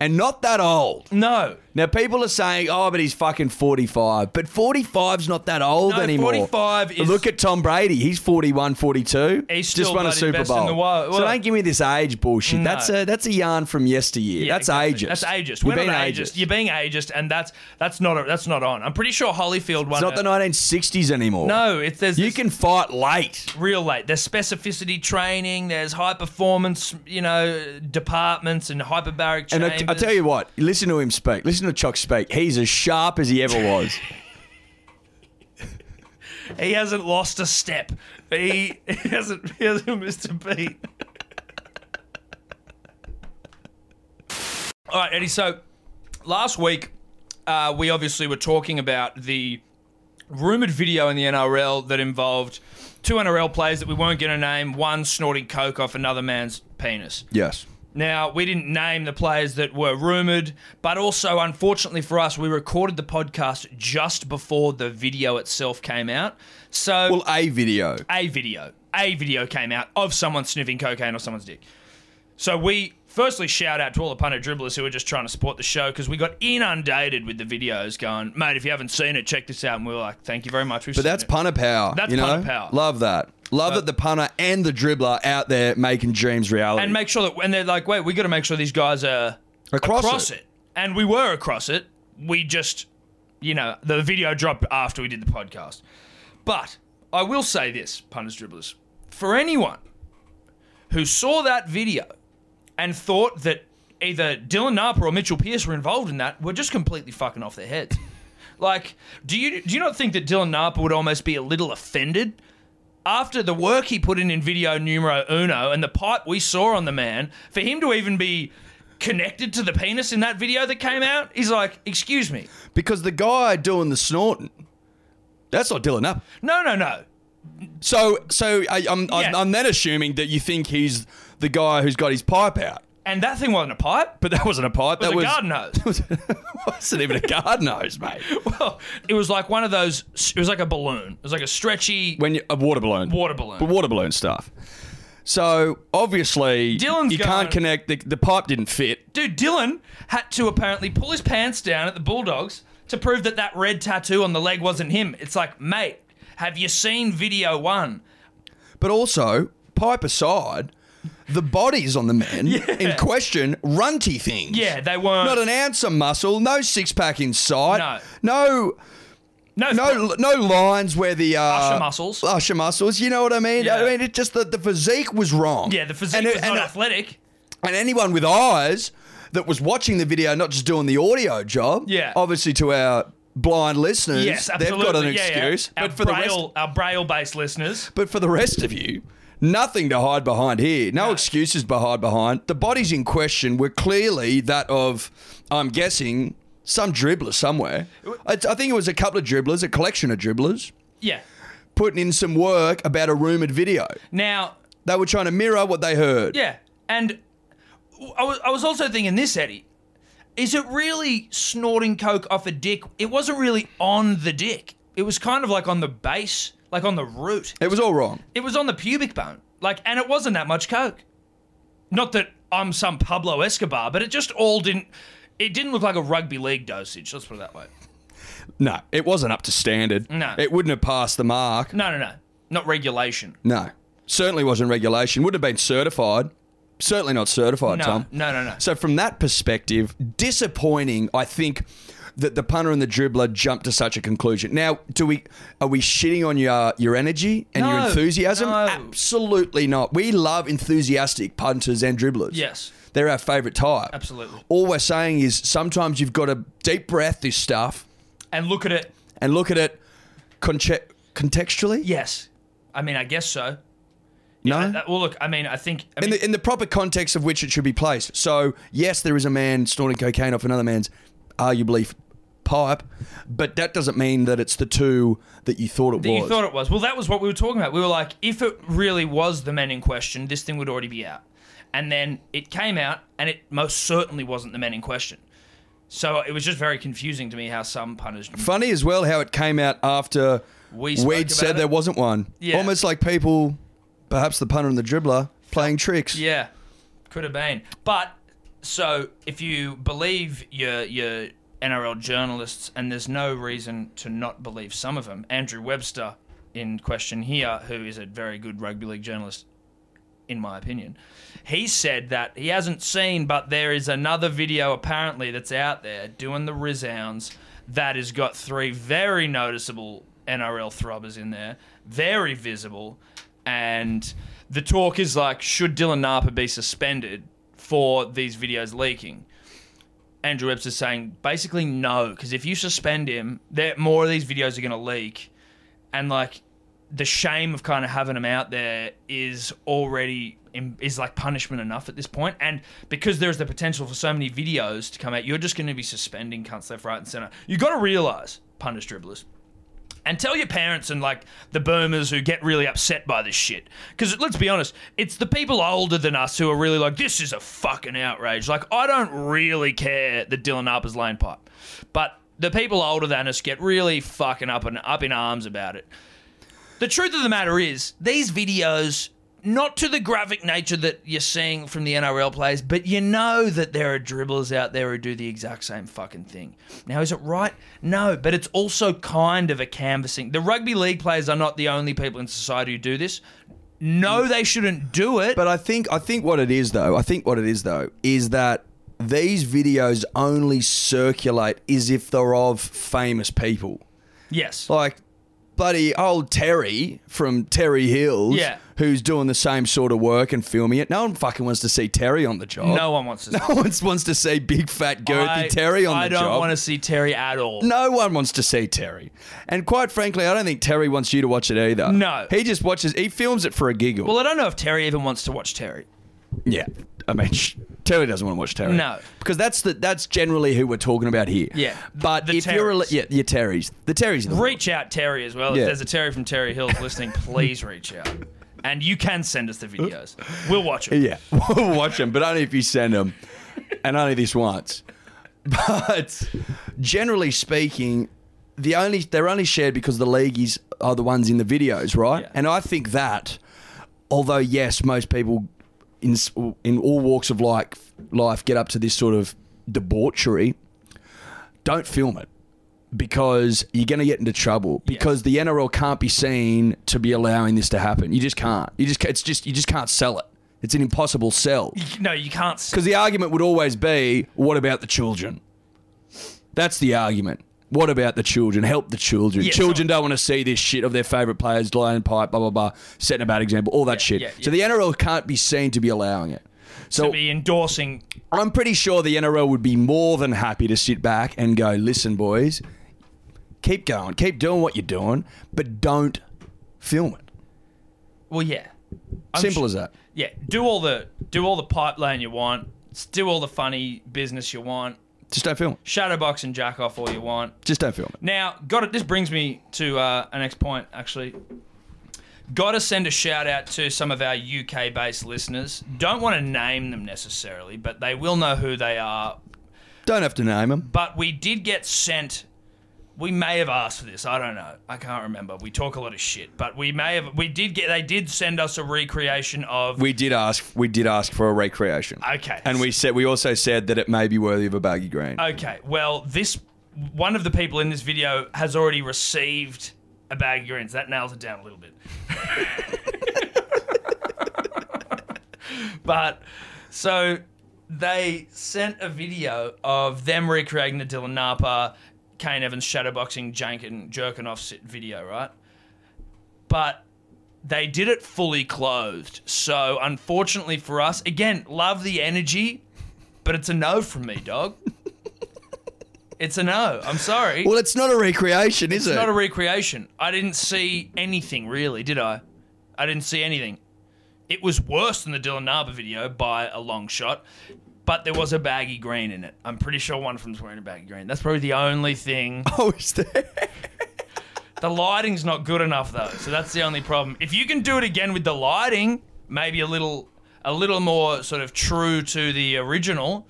and not that old.
No.
Now people are saying, "Oh, but he's fucking 45." But 45's not that old
No,
anymore.
45 is-
Look at Tom Brady. He's 41, 42.
He's still
just won a
bloody
Super
best
Bowl.
in the world.
so
Well-
don't give me this age bullshit.
No.
That's a that's a yarn from yesteryear.
Yeah,
that's
exactly.
ageist.
That's ageist.
You've
We're
been
not ageist. You're being ageist, and that's that's not a, that's not on. I'm pretty sure Holyfield won.
It's not
a-
the 1960s anymore.
No, it's there's
You
this
can fight late.
real late. There's specificity training. There's high performance, you know, departments and hyperbaric
And
chambers.
I, I tell you what, listen to him speak. Listen to Chuck speak. He's as sharp as he ever was.
he hasn't lost a step. He, he hasn't he hasn't missed a beat. All right, Eddie. So last week uh, we obviously were talking about the rumored video in the NRL that involved two NRL players that we weren't going to name. One snorting coke off another man's penis.
yes.
Now, we didn't name the players that were rumoured, but also, unfortunately for us, we recorded the podcast just before the video itself came out. So,
Well, a video.
a video, a video came out of someone sniffing cocaine or someone's dick. So, we firstly shout out to all the punter dribblers who were just trying to support the show because we got inundated with the videos going, mate, if you haven't seen it, check this out. And we were like, thank you very much. We've
But that's punter power.
That's
you know?
punter power.
Love that. Love that the punter and the dribbler out there making dreams reality.
and make sure that and they're like, wait, we got to make sure these guys are
Across it.
it. and we were across it. we just, you know, the video dropped after we did the podcast. But I will say this, punters, dribblers, for anyone who saw that video and thought that either Dylan Napa or Mitchell Pearce were involved in that were just completely fucking off their heads. Like, do you do you not think that Dylan Napa would almost be a little offended after the work he put in in video numero uno and the pipe we saw on the man, for him to even be connected to the penis in that video that came out, he's like, excuse me.
Because the guy doing the snorting, that's not Dylan Up.
No, no, no.
So, so I, I'm,
Yeah.
I'm, I'm then assuming that you think he's the guy who's got his pipe out,
And that thing wasn't a pipe.
but that wasn't a pipe.
It was
that
a
was
garden hose.
wasn't even a garden hose, mate.
well, it was like one of those. It was like a balloon. It was like a stretchy
When you, a water balloon,
water balloon.
but water balloon stuff. So obviously,
Dylan's
you
going-
can't connect. The, the pipe didn't fit.
Dude, Dylan had to apparently pull his pants down at the Bulldogs to prove that that red tattoo on the leg wasn't him. It's like, mate, have you seen video one?
But also, pipe aside, the bodies on the men in question, runty things.
Yeah, they weren't.
Not an ounce of muscle, no six pack in sight, no,
no,
no, no, lines where the uh,
Usher muscles.
usher muscles. You know what I mean?
Yeah.
I mean, it just the, the physique was wrong.
Yeah, the physique
and,
was
and,
not athletic.
and anyone with eyes that was watching the video, not just doing the audio job.
Yeah.
obviously to our blind listeners,
Yes,
they've
absolutely.
got an
Yeah, yeah.
excuse.
Our
But for the
braille,
rest,
our braille-based listeners.
But for the rest of you, nothing to hide behind here. No, excuses to hide behind. The bodies in question were clearly that of, I'm guessing, some dribbler somewhere. I, I think it was a couple of dribblers, a collection of dribblers,
Yeah.
putting in some work about a rumoured video.
Now,
They were trying to mirror what they heard.
yeah, and I was, I was also thinking this, Eddie. Is it really snorting coke off a dick? It wasn't really on the dick. It was kind of like on the base, like on the root.
It was all wrong.
It was on the pubic bone. Like, and it wasn't that much coke. Not that I'm some Pablo Escobar, but it just all didn't. It didn't look like a rugby league dosage. Let's put it that way.
No, it wasn't up to standard.
No.
It wouldn't have passed the mark.
No, no, no. Not regulation.
No. Certainly wasn't regulation. Would have been certified. Certainly not certified,
No,
Tom.
no, no, no.
So from that perspective, disappointing. I think that the punter and the dribbler jumped to such a conclusion. Now, do we are we shitting on your your energy and your
No,
enthusiasm?
no.
Absolutely not. We love enthusiastic punters and dribblers.
Yes.
They're our favorite type.
Absolutely.
All we're saying is sometimes you've got to deep breath this stuff
And look at it.
and look at it conche- contextually.
Yes. I mean, I guess so.
No.
Uh, uh, well, look. I mean, I think. I
in
mean,
the, in the proper context of which it should be placed. So, yes, there is a man snorting cocaine off another man's arguably f- pipe, but that doesn't mean that it's the two that you thought it
that
was.
you thought it was. Well, that was what we were talking about. We were like, if it really was the men in question, this thing would already be out. And then it came out, and it most certainly wasn't the men in question. So it was just very confusing to me how some punters.
Funny as well how it came out after
We spoke
Weed
about
said
it.
there wasn't one.
Yeah.
Almost like people, perhaps the punter and the dribbler, playing tricks.
Yeah, could have been. But so if you believe your your NRL journalists, and there's no reason to not believe some of them. Andrew Webster in question here, who is a very good rugby league journalist, in my opinion, he said that he hasn't seen, but there is another video apparently that's out there doing the resounds that has got three very noticeable NRL throbbers in there, very visible, and the talk is like, should Dylan Napa be suspended for these videos leaking? Andrew Webster's saying basically no, because if you suspend him, there more of these videos are going to leak, and like the shame of kind of having him out there is already in, is like punishment enough at this point. And because there's the potential for so many videos to come out, you're just going to be suspending cunts left, right, and center. You got to realize, punish dribblers. And tell your parents and like the boomers who get really upset by this shit. Because let's be honest, it's the people older than us who are really like, this is a fucking outrage. Like, I don't really care that Dylan Harper's lane pipe. But the people older than us get really fucking up and up in arms about it. The truth of the matter is, these videos, not to the graphic nature that you're seeing from the NRL players, but you know that there are dribblers out there who do the exact same fucking thing. Now, is it right? No, but it's also kind of a canvassing. The rugby league players are not the only people in society who do this. No, they shouldn't do it.
But I think I think what it is though, I think what it is though is that these videos only circulate is if they're of famous people.
Yes.
Like bloody old Terry from Terry Hills,
Yeah.
who's doing the same sort of work and filming it. No one fucking wants to see Terry on the job.
no one wants to.
No one wants to see big fat girthy
I,
Terry on
I
the
don't
job.
want to see Terry at all.
No one wants to see Terry. And quite frankly, I don't think Terry wants you to watch it either.
No.
He just watches, he films it for a giggle.
Well, I don't know if Terry even wants to watch Terry.
yeah. I mean, sh- Terry doesn't want to watch Terry.
No.
Because that's the that's generally who we're talking about here.
Yeah.
But
The
if you're, a,
Terrys.
yeah, your Terry's. The Terry's. of The
Reach out Terry as well.
Yeah.
If there's a Terry from Terry Hills listening, please reach out. And you can send us the videos. We'll watch them.
world. Yeah. We'll watch them, but only if you send them. and only this once. But generally speaking, the only they're only shared because the leagues are the ones in the videos, right?
Yeah.
And I think that, although yes, most people in s- in all walks of like life get up to this sort of debauchery, don't film it because you're going to get into trouble because the NRL can't be seen to be allowing this to happen. You just can't. You just ca- it's just you just can't sell it. It's an impossible sell.
No, you can't. s-
Because the argument would always be, what about the children? That's the argument. What about the children? Help the children.
Yeah,
children don't want to see this shit of their favourite players, Lion Pipe, blah, blah, blah, setting a bad example, all that shit.
yeah,
So the NRL can't be seen to be allowing it. So
To be endorsing.
I'm pretty sure the NRL would be more than happy to sit back and go, listen, boys, keep going, keep doing what you're doing, but don't film it.
Well, yeah.
Simple
as.
as that.
yeah, do all the do all the pipeline you want, s- do all the funny business you want,
Just don't film it.
shadowbox and jack off all you want.
Just don't film it.
Now, got it. This brings me to uh, an next point, actually. Got to send a shout out to some of our UK based listeners. Don't want to name them necessarily, but they will know who they are.
Don't have to name them.
But we did get sent. We may have asked for this. I don't know. I can't remember. We talk a lot of shit, but we may have. We did get. They did send us a recreation of.
We did ask. We did ask for a recreation.
Okay. Uh,
And we said we also said that it may be worthy of a baggy green.
Okay, well, this one of the people in this video has already received a bag of greens. That nails it down a little bit. but so they sent a video of them recreating the Dylan Napa, Kane Evans shadowboxing Jank and Jerkinoff sit video, right? But they did it fully clothed. So unfortunately for us, again, love the energy, but it's a no from me, dog. it's a no. I'm sorry.
Well, it's not a recreation, is
it's
it?
not a recreation. I didn't see anything really, did I? I didn't see anything. It was worse than the Dylan Naba video by a long shot, but there was a baggy green in it. I'm pretty sure one of them's wearing a baggy green. That's probably the only thing.
oh, is there?
The lighting's not good enough though, so that's the only problem. If you can do it again with the lighting, maybe a little, a little more sort of true to the original.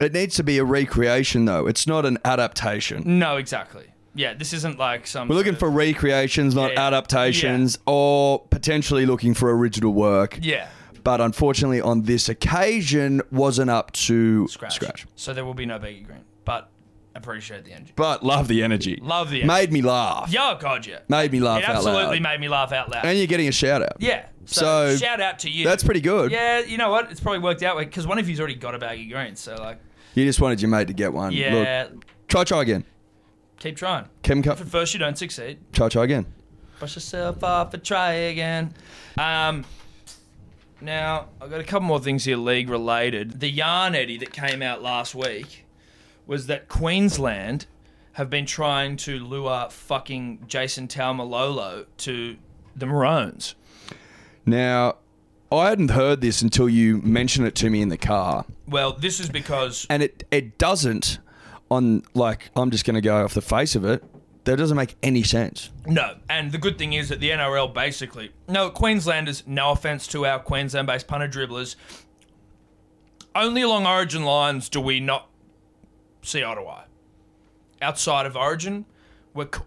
It needs to be a recreation, though. It's not an adaptation.
No, exactly. Yeah, this isn't like some.
We're looking for recreations, not
Yeah.
adaptations, or potentially looking for original work.
Yeah,
But unfortunately, on this occasion, wasn't up to
scratch.
scratch.
So there will be no baggy green, but appreciate the energy.
But love the energy.
Love the
Made me laugh.
Yeah, oh, God, yeah.
Made me laugh
It
out
absolutely
loud.
made me laugh out loud.
and you're getting a shout out.
yeah. So,
So,
shout out to you.
That's pretty good.
Yeah, you know what? It's probably worked out because one of you's already got a baggy green. So like,
You just wanted your mate to get one.
yeah,
Look, try, try again.
keep trying.
Kim,
If
come,
at first you don't succeed,
try, try again.
brush yourself off and try again. Um, now I've got a couple more things here, league related. The yarn Eddie that came out last week was that Queensland have been trying to lure fucking Jason Taumalolo to the Maroons.
Now, I hadn't heard this until you mentioned it to me in the car,
Well, this is because
and it it doesn't. On like, I'm just going to go off the face of it. That doesn't make any sense.
No, and the good thing is that the NRL basically no Queenslanders. No offense to our Queensland-based punter dribblers. Only along Origin lines do we not see Ottawa. Outside of Origin, we're cool,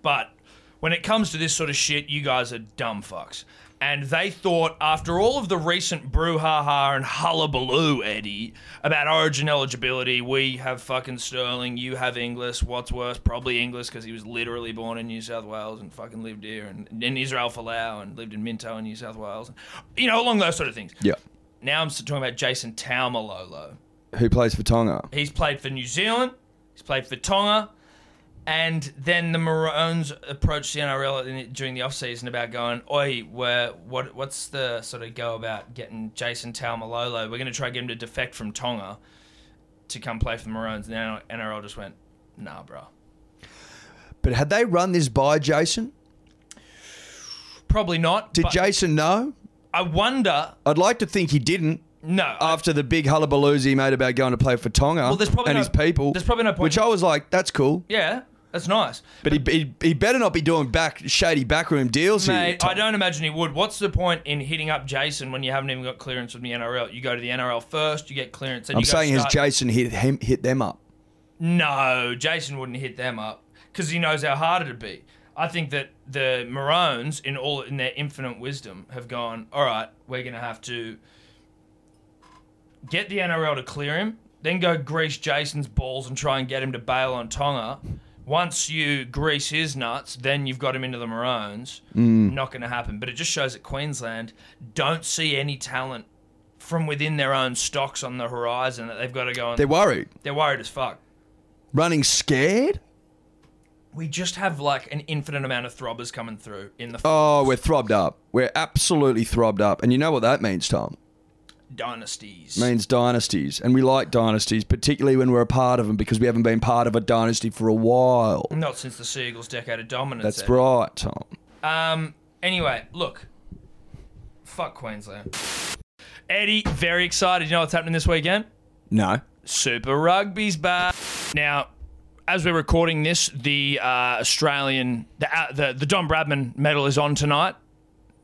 but when it comes to this sort of shit, you guys are dumb fucks. And they thought after all of the recent brouhaha and hullabaloo, Eddie, about Origin eligibility, we have fucking Sterling, you have Inglis. What's worse, probably Inglis because he was literally born in New South Wales and fucking lived here, and in Israel Folau and lived in Minto in New South Wales, you know, along those sort of things.
Yeah.
Now I'm talking about Jason Taumalolo,
who plays for Tonga?
He's played for New Zealand. He's played for Tonga. And then the Maroons approached the NRL in, during the off season about going, "Oi, we're, what, what's the sort of go about getting Jason Taumalolo? We're going to try to get him to defect from Tonga to come play for the Maroons." And the NRL just went, "Nah, bro,
But had they run this by Jason?
probably not."
Did
but
Jason know?
I wonder.
I'd like to think he didn't.
No, I-
After the big hullabaloos he made about going to play for Tonga
Well, there's probably
and
no-
his people,
there's probably no point-
Which I was like, that's cool,
yeah, that's nice.
but he, he, he better not be doing back shady backroom deals here.
Mate,
Tom.
I don't imagine he would. What's the point in hitting up Jason when you haven't even got clearance from the NRL? You go to the NRL first, you get clearance, and
I'm
you go
saying has
start-
Jason hit him hit them up?
No, Jason wouldn't hit them up because he knows how hard it'd be. I think that the Maroons, in all in their infinite wisdom, have gone. All right, we're going to have to get the NRL to clear him, then go grease Jason's balls and try and get him to bail on Tonga. Once you grease his nuts, then you've got him into the Maroons. Not going to happen. But it just shows that Queensland don't see any talent from within their own stocks on the horizon that they've got to go and
They're worried,
they're worried as fuck
running scared.
we just have like an infinite amount of throbbers coming through in the f-
Oh, we're throbbed up. We're absolutely throbbed up, and you know what that means, Tom?
dynasties.
means dynasties, and we like dynasties, particularly when we're a part of them because we haven't been part of a dynasty for a while.
Not since the Seagulls' decade of dominance.
That's
eh?
right, Tom.
Um. Anyway, look. Fuck Queensland. Eddie, very excited. You know what's happening this weekend?
No,
Super Rugby's back. Now, as we're recording this, the uh, Australian, the, uh, the the Don Bradman medal is on tonight.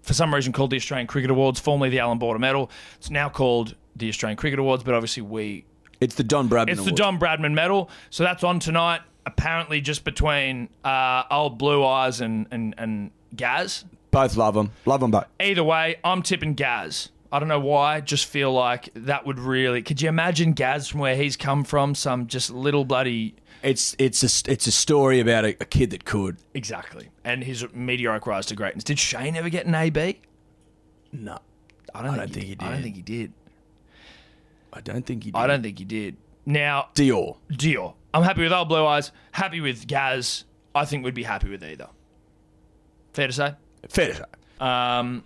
For some reason, called the Australian Cricket Awards, formerly the Alan Border Medal. It's now called the Australian Cricket Awards, but obviously we
it's the Don Bradman.
It's the
Award.
Don Bradman medal. So that's on tonight, apparently just between uh, old Blue Eyes and, and, and Gaz.
Both love them. Love them both.
Either way, I'm tipping Gaz. I don't know why. Just feel like that would really. Could you imagine Gaz from where he's come from? Some just little bloody.
It's it's a it's a story about a, a kid that could.
Exactly. And his meteoric rise to greatness. Did Shane ever get an AB?
No,
I don't,
don't think he
I don't
did.
think he did.
I don't think he. Did.
I don't think he did. Now,
Dior.
Dior. I'm happy with old Blue Eyes. Happy with Gaz. I think we'd be happy with either. Fair to say?
Fair to say.
Um,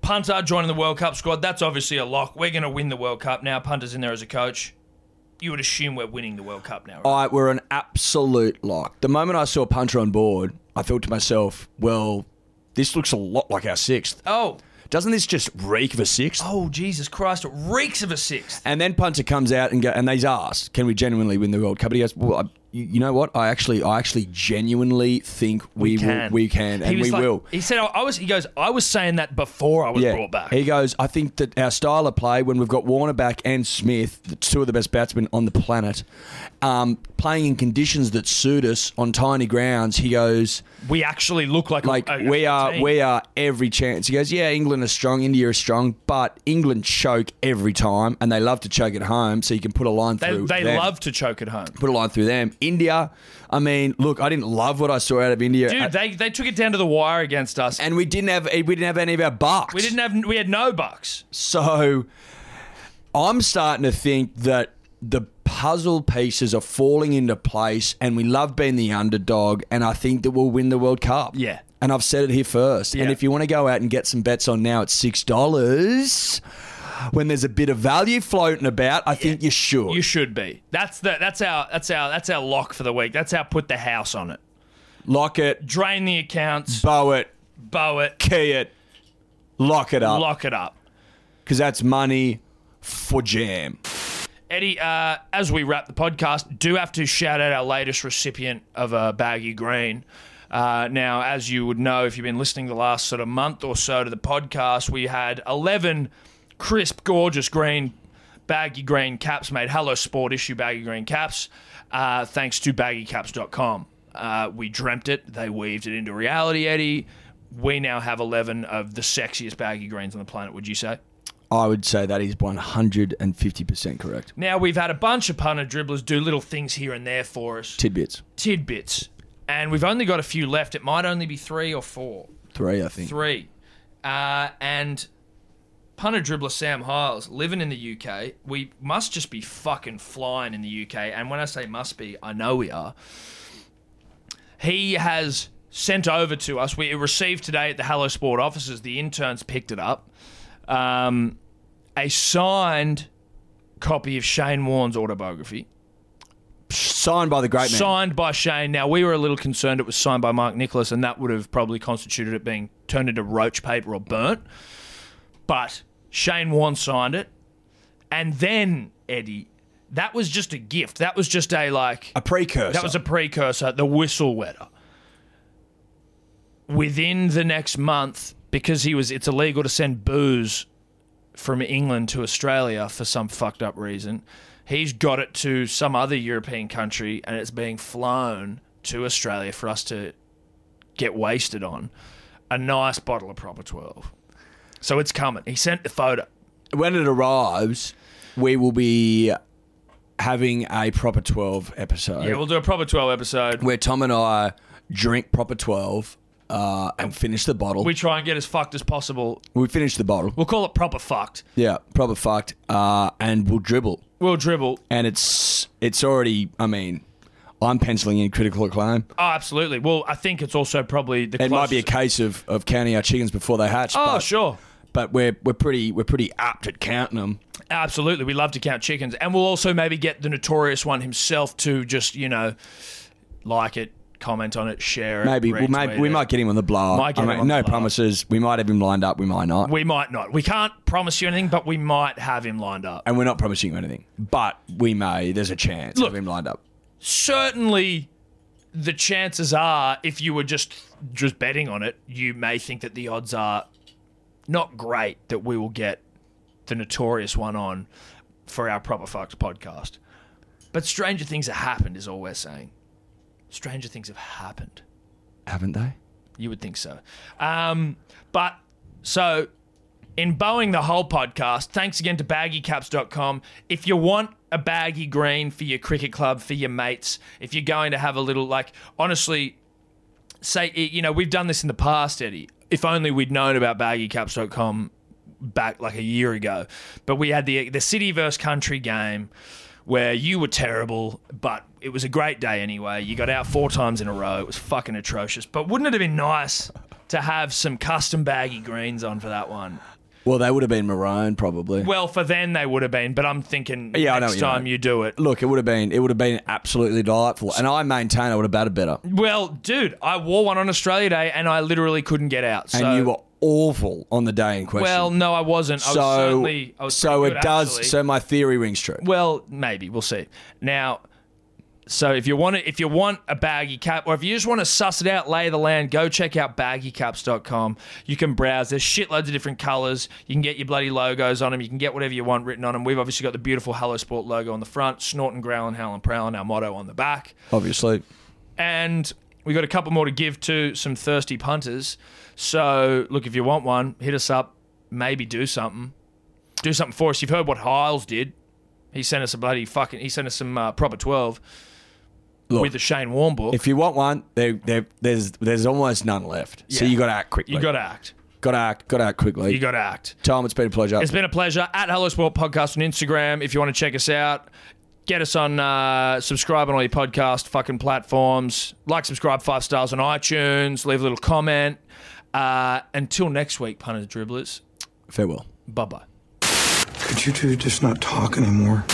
Punter joining the World Cup squad. That's obviously a lock. We're going to win the World Cup now. Punter's in there as a coach. You would assume we're winning the World Cup now. Right?
I were an absolute lock. The moment I saw Punter on board, I thought to myself, "Well, this looks a lot like our sixth.
Oh,
Doesn't this just reek of a sixth?
oh, Jesus Christ! It reeks of a sixth.
And then punter comes out and go, and they's asked, "Can we genuinely win the World Cup?" And he goes, "Well, I, you you know what? I actually, I actually genuinely think we, will, we can,
He
and
was
we
like-
will."
He said, "I I was." He goes, "I was saying that before I was
Yeah,
brought back."
he goes. I think that our style of play, when we've got Warner back and Smith, the two of the best batsmen on the planet, um, playing in conditions that suit us on tiny grounds, he goes.
we actually look like a-
Like
a-
we
a
are,
team.
we are every chance. He goes, yeah, England are strong, India are strong, but England choke every time, and they love to choke at home. So you can put a line
They,
through.
they
them.
love to choke at home,
put a line through them. India, I mean, look, I didn't love what I saw out of India,
dude. They they took it down to the wire against us.
and we didn't have we didn't have any of our bucks.
we didn't have. We had no bucks.
So I'm starting to think that the puzzle pieces are falling into place, and we love being the underdog, and I think that we'll win the World Cup.
Yeah.
And I've said it here first.
Yeah.
And if you want to go out and get some bets on now at six dollars, when there's a bit of value floating about, I think you should.
You should be. That's the that's our that's our that's our lock for the week. That's our put the house on it.
Lock it,
Drain the accounts,
bow it,
bow it,
key it, lock it up.
lock it up.
because that's money for jam.
Eddie, uh, as we wrap the podcast, do have to shout out our latest recipient of a baggy green. Uh, now, as you would know, if you've been listening the last sort of month or so to the podcast, we had 11 crisp, gorgeous green baggy green caps made. Hello Sport issue baggy green caps. Uh, thanks to baggycaps.com. Uh, we dreamt it. They weaved it into reality, Eddie. We now have 11 of the sexiest baggy greens on the planet, would you say?
I would say that is 150% correct.
Now we've had a bunch of punter dribblers do little things here and there for us,
Tidbits.
tidbits, and we've only got a few left. It might only be three or four,
Three, I think.
three, uh, and punter dribbler Sam Hiles living in the UK. We must just be fucking flying in the UK. And when I say must be, I know we are. He has sent over to us. We received today at the Hello Sport offices. The interns picked it up. Um, a signed copy of Shane Warne's autobiography
Signed by the great man.
signed by Shane. Now we were a little concerned it was signed by Mark Nicholas, and that would have probably constituted it being turned into roach paper or burnt. But Shane Warne signed it, and then Eddie, that was just a gift. That was just a like
a precursor.
that was a precursor, the whistle wetter. Within the next month, because he was, it's illegal to send booze from England to Australia for some fucked up reason. He's got it to some other European country and it's being flown to Australia for us to get wasted on. A nice bottle of Proper 12. So it's coming. He sent the photo.
when it arrives, we will be having a proper 12 episode
Yeah, we'll do a Proper 12 episode.
where Tom and I drink proper 12 uh, and finish the bottle.
We try and get as fucked as possible.
we finish the bottle.
We'll call it Proper Fucked.
Yeah, proper fucked. Uh, and we'll dribble.
We'll dribble.
And it's it's already, I mean, I'm penciling in critical acclaim.
Oh, absolutely. Well, I think it's also probably the
It might be a
closest-
case of, of counting our chickens before they hatch.
Oh,
but,
sure.
But we're we're pretty we're pretty apt at counting them.
Absolutely. We love to count chickens. And we'll also maybe get the notorious one himself to just, you know, like it, comment on it, share it.
Maybe well, maybe
retweet
we
it.
might get him on the blower.
Might get
I
him
mean,
on the
no
blower.
promises. We might have him lined up. We might not.
We might not. We can't promise you anything, but we might have him lined up.
and we're not promising him anything, but we may. There's a chance
Look-
of him lined up.
Certainly, the chances are, if you were just just betting on it, you may think that the odds are not great that we will get the notorious one on for our proper fucked podcast. But stranger things have happened, is all we're saying. Stranger things have happened.
Haven't they?
You would think so. Um, but so in bowing the whole podcast, thanks again to baggycaps.com. If you want a baggy green for your cricket club, for your mates, if you're going to have a little, like, honestly, say, you know, we've done this in the past, Eddie. If only we'd known about baggycaps.com back like a year ago. But we had the the city versus country game where you were terrible, but it was a great day anyway. You got out four times in a row. It was fucking atrocious. But wouldn't it have been nice to have some custom baggy greens on for that one?
Well, they would have been maroon probably.
Well, for then they would have been, but I'm thinking
Yeah, I know
next
what you
time
mean.
you do it.
Look, it would have been it would have been absolutely delightful, and I maintain I would have batted better.
Well, dude, I wore one on Australia Day and I literally couldn't get out. So
and you were awful on the day in question.
well, no, I wasn't. I was
so
certainly, I was
so
pretty
it
good,
does.
actually.
So my theory rings true.
Well, maybe we'll see. Now, so if you want it, if you want a baggy cap, or if you just want to suss it out, lay the land, go check out baggycaps.com. You can browse. There's shitloads of different colors. You can get your bloody logos on them. You can get whatever you want written on them. We've obviously got the beautiful Hello Sport logo on the front, snort and growl and howl and prowl, and our motto on the back
Obviously,
and we got a couple more to give to some thirsty punters. So look, if you want one, hit us up. Maybe do something. Do something for us. You've heard what Hiles did. He sent us a bloody fucking. He sent us some uh, proper twelve
Look,
with the Shane Warne book.
if you want one, there, there, there's there's almost none left. So
Yeah.
you got to act quickly.
you got to act.
got to act. Got to act quickly.
You got to act.
Tom, it's been a pleasure.
It's been a pleasure. At Hello Sport Podcast on Instagram. If you want to check us out, get us on, uh, subscribe on all your podcast fucking platforms. Like, subscribe, five stars on iTunes. Leave a little comment. Uh, until next week, punters, dribblers.
Farewell.
Bye bye.
Could you two just not talk anymore?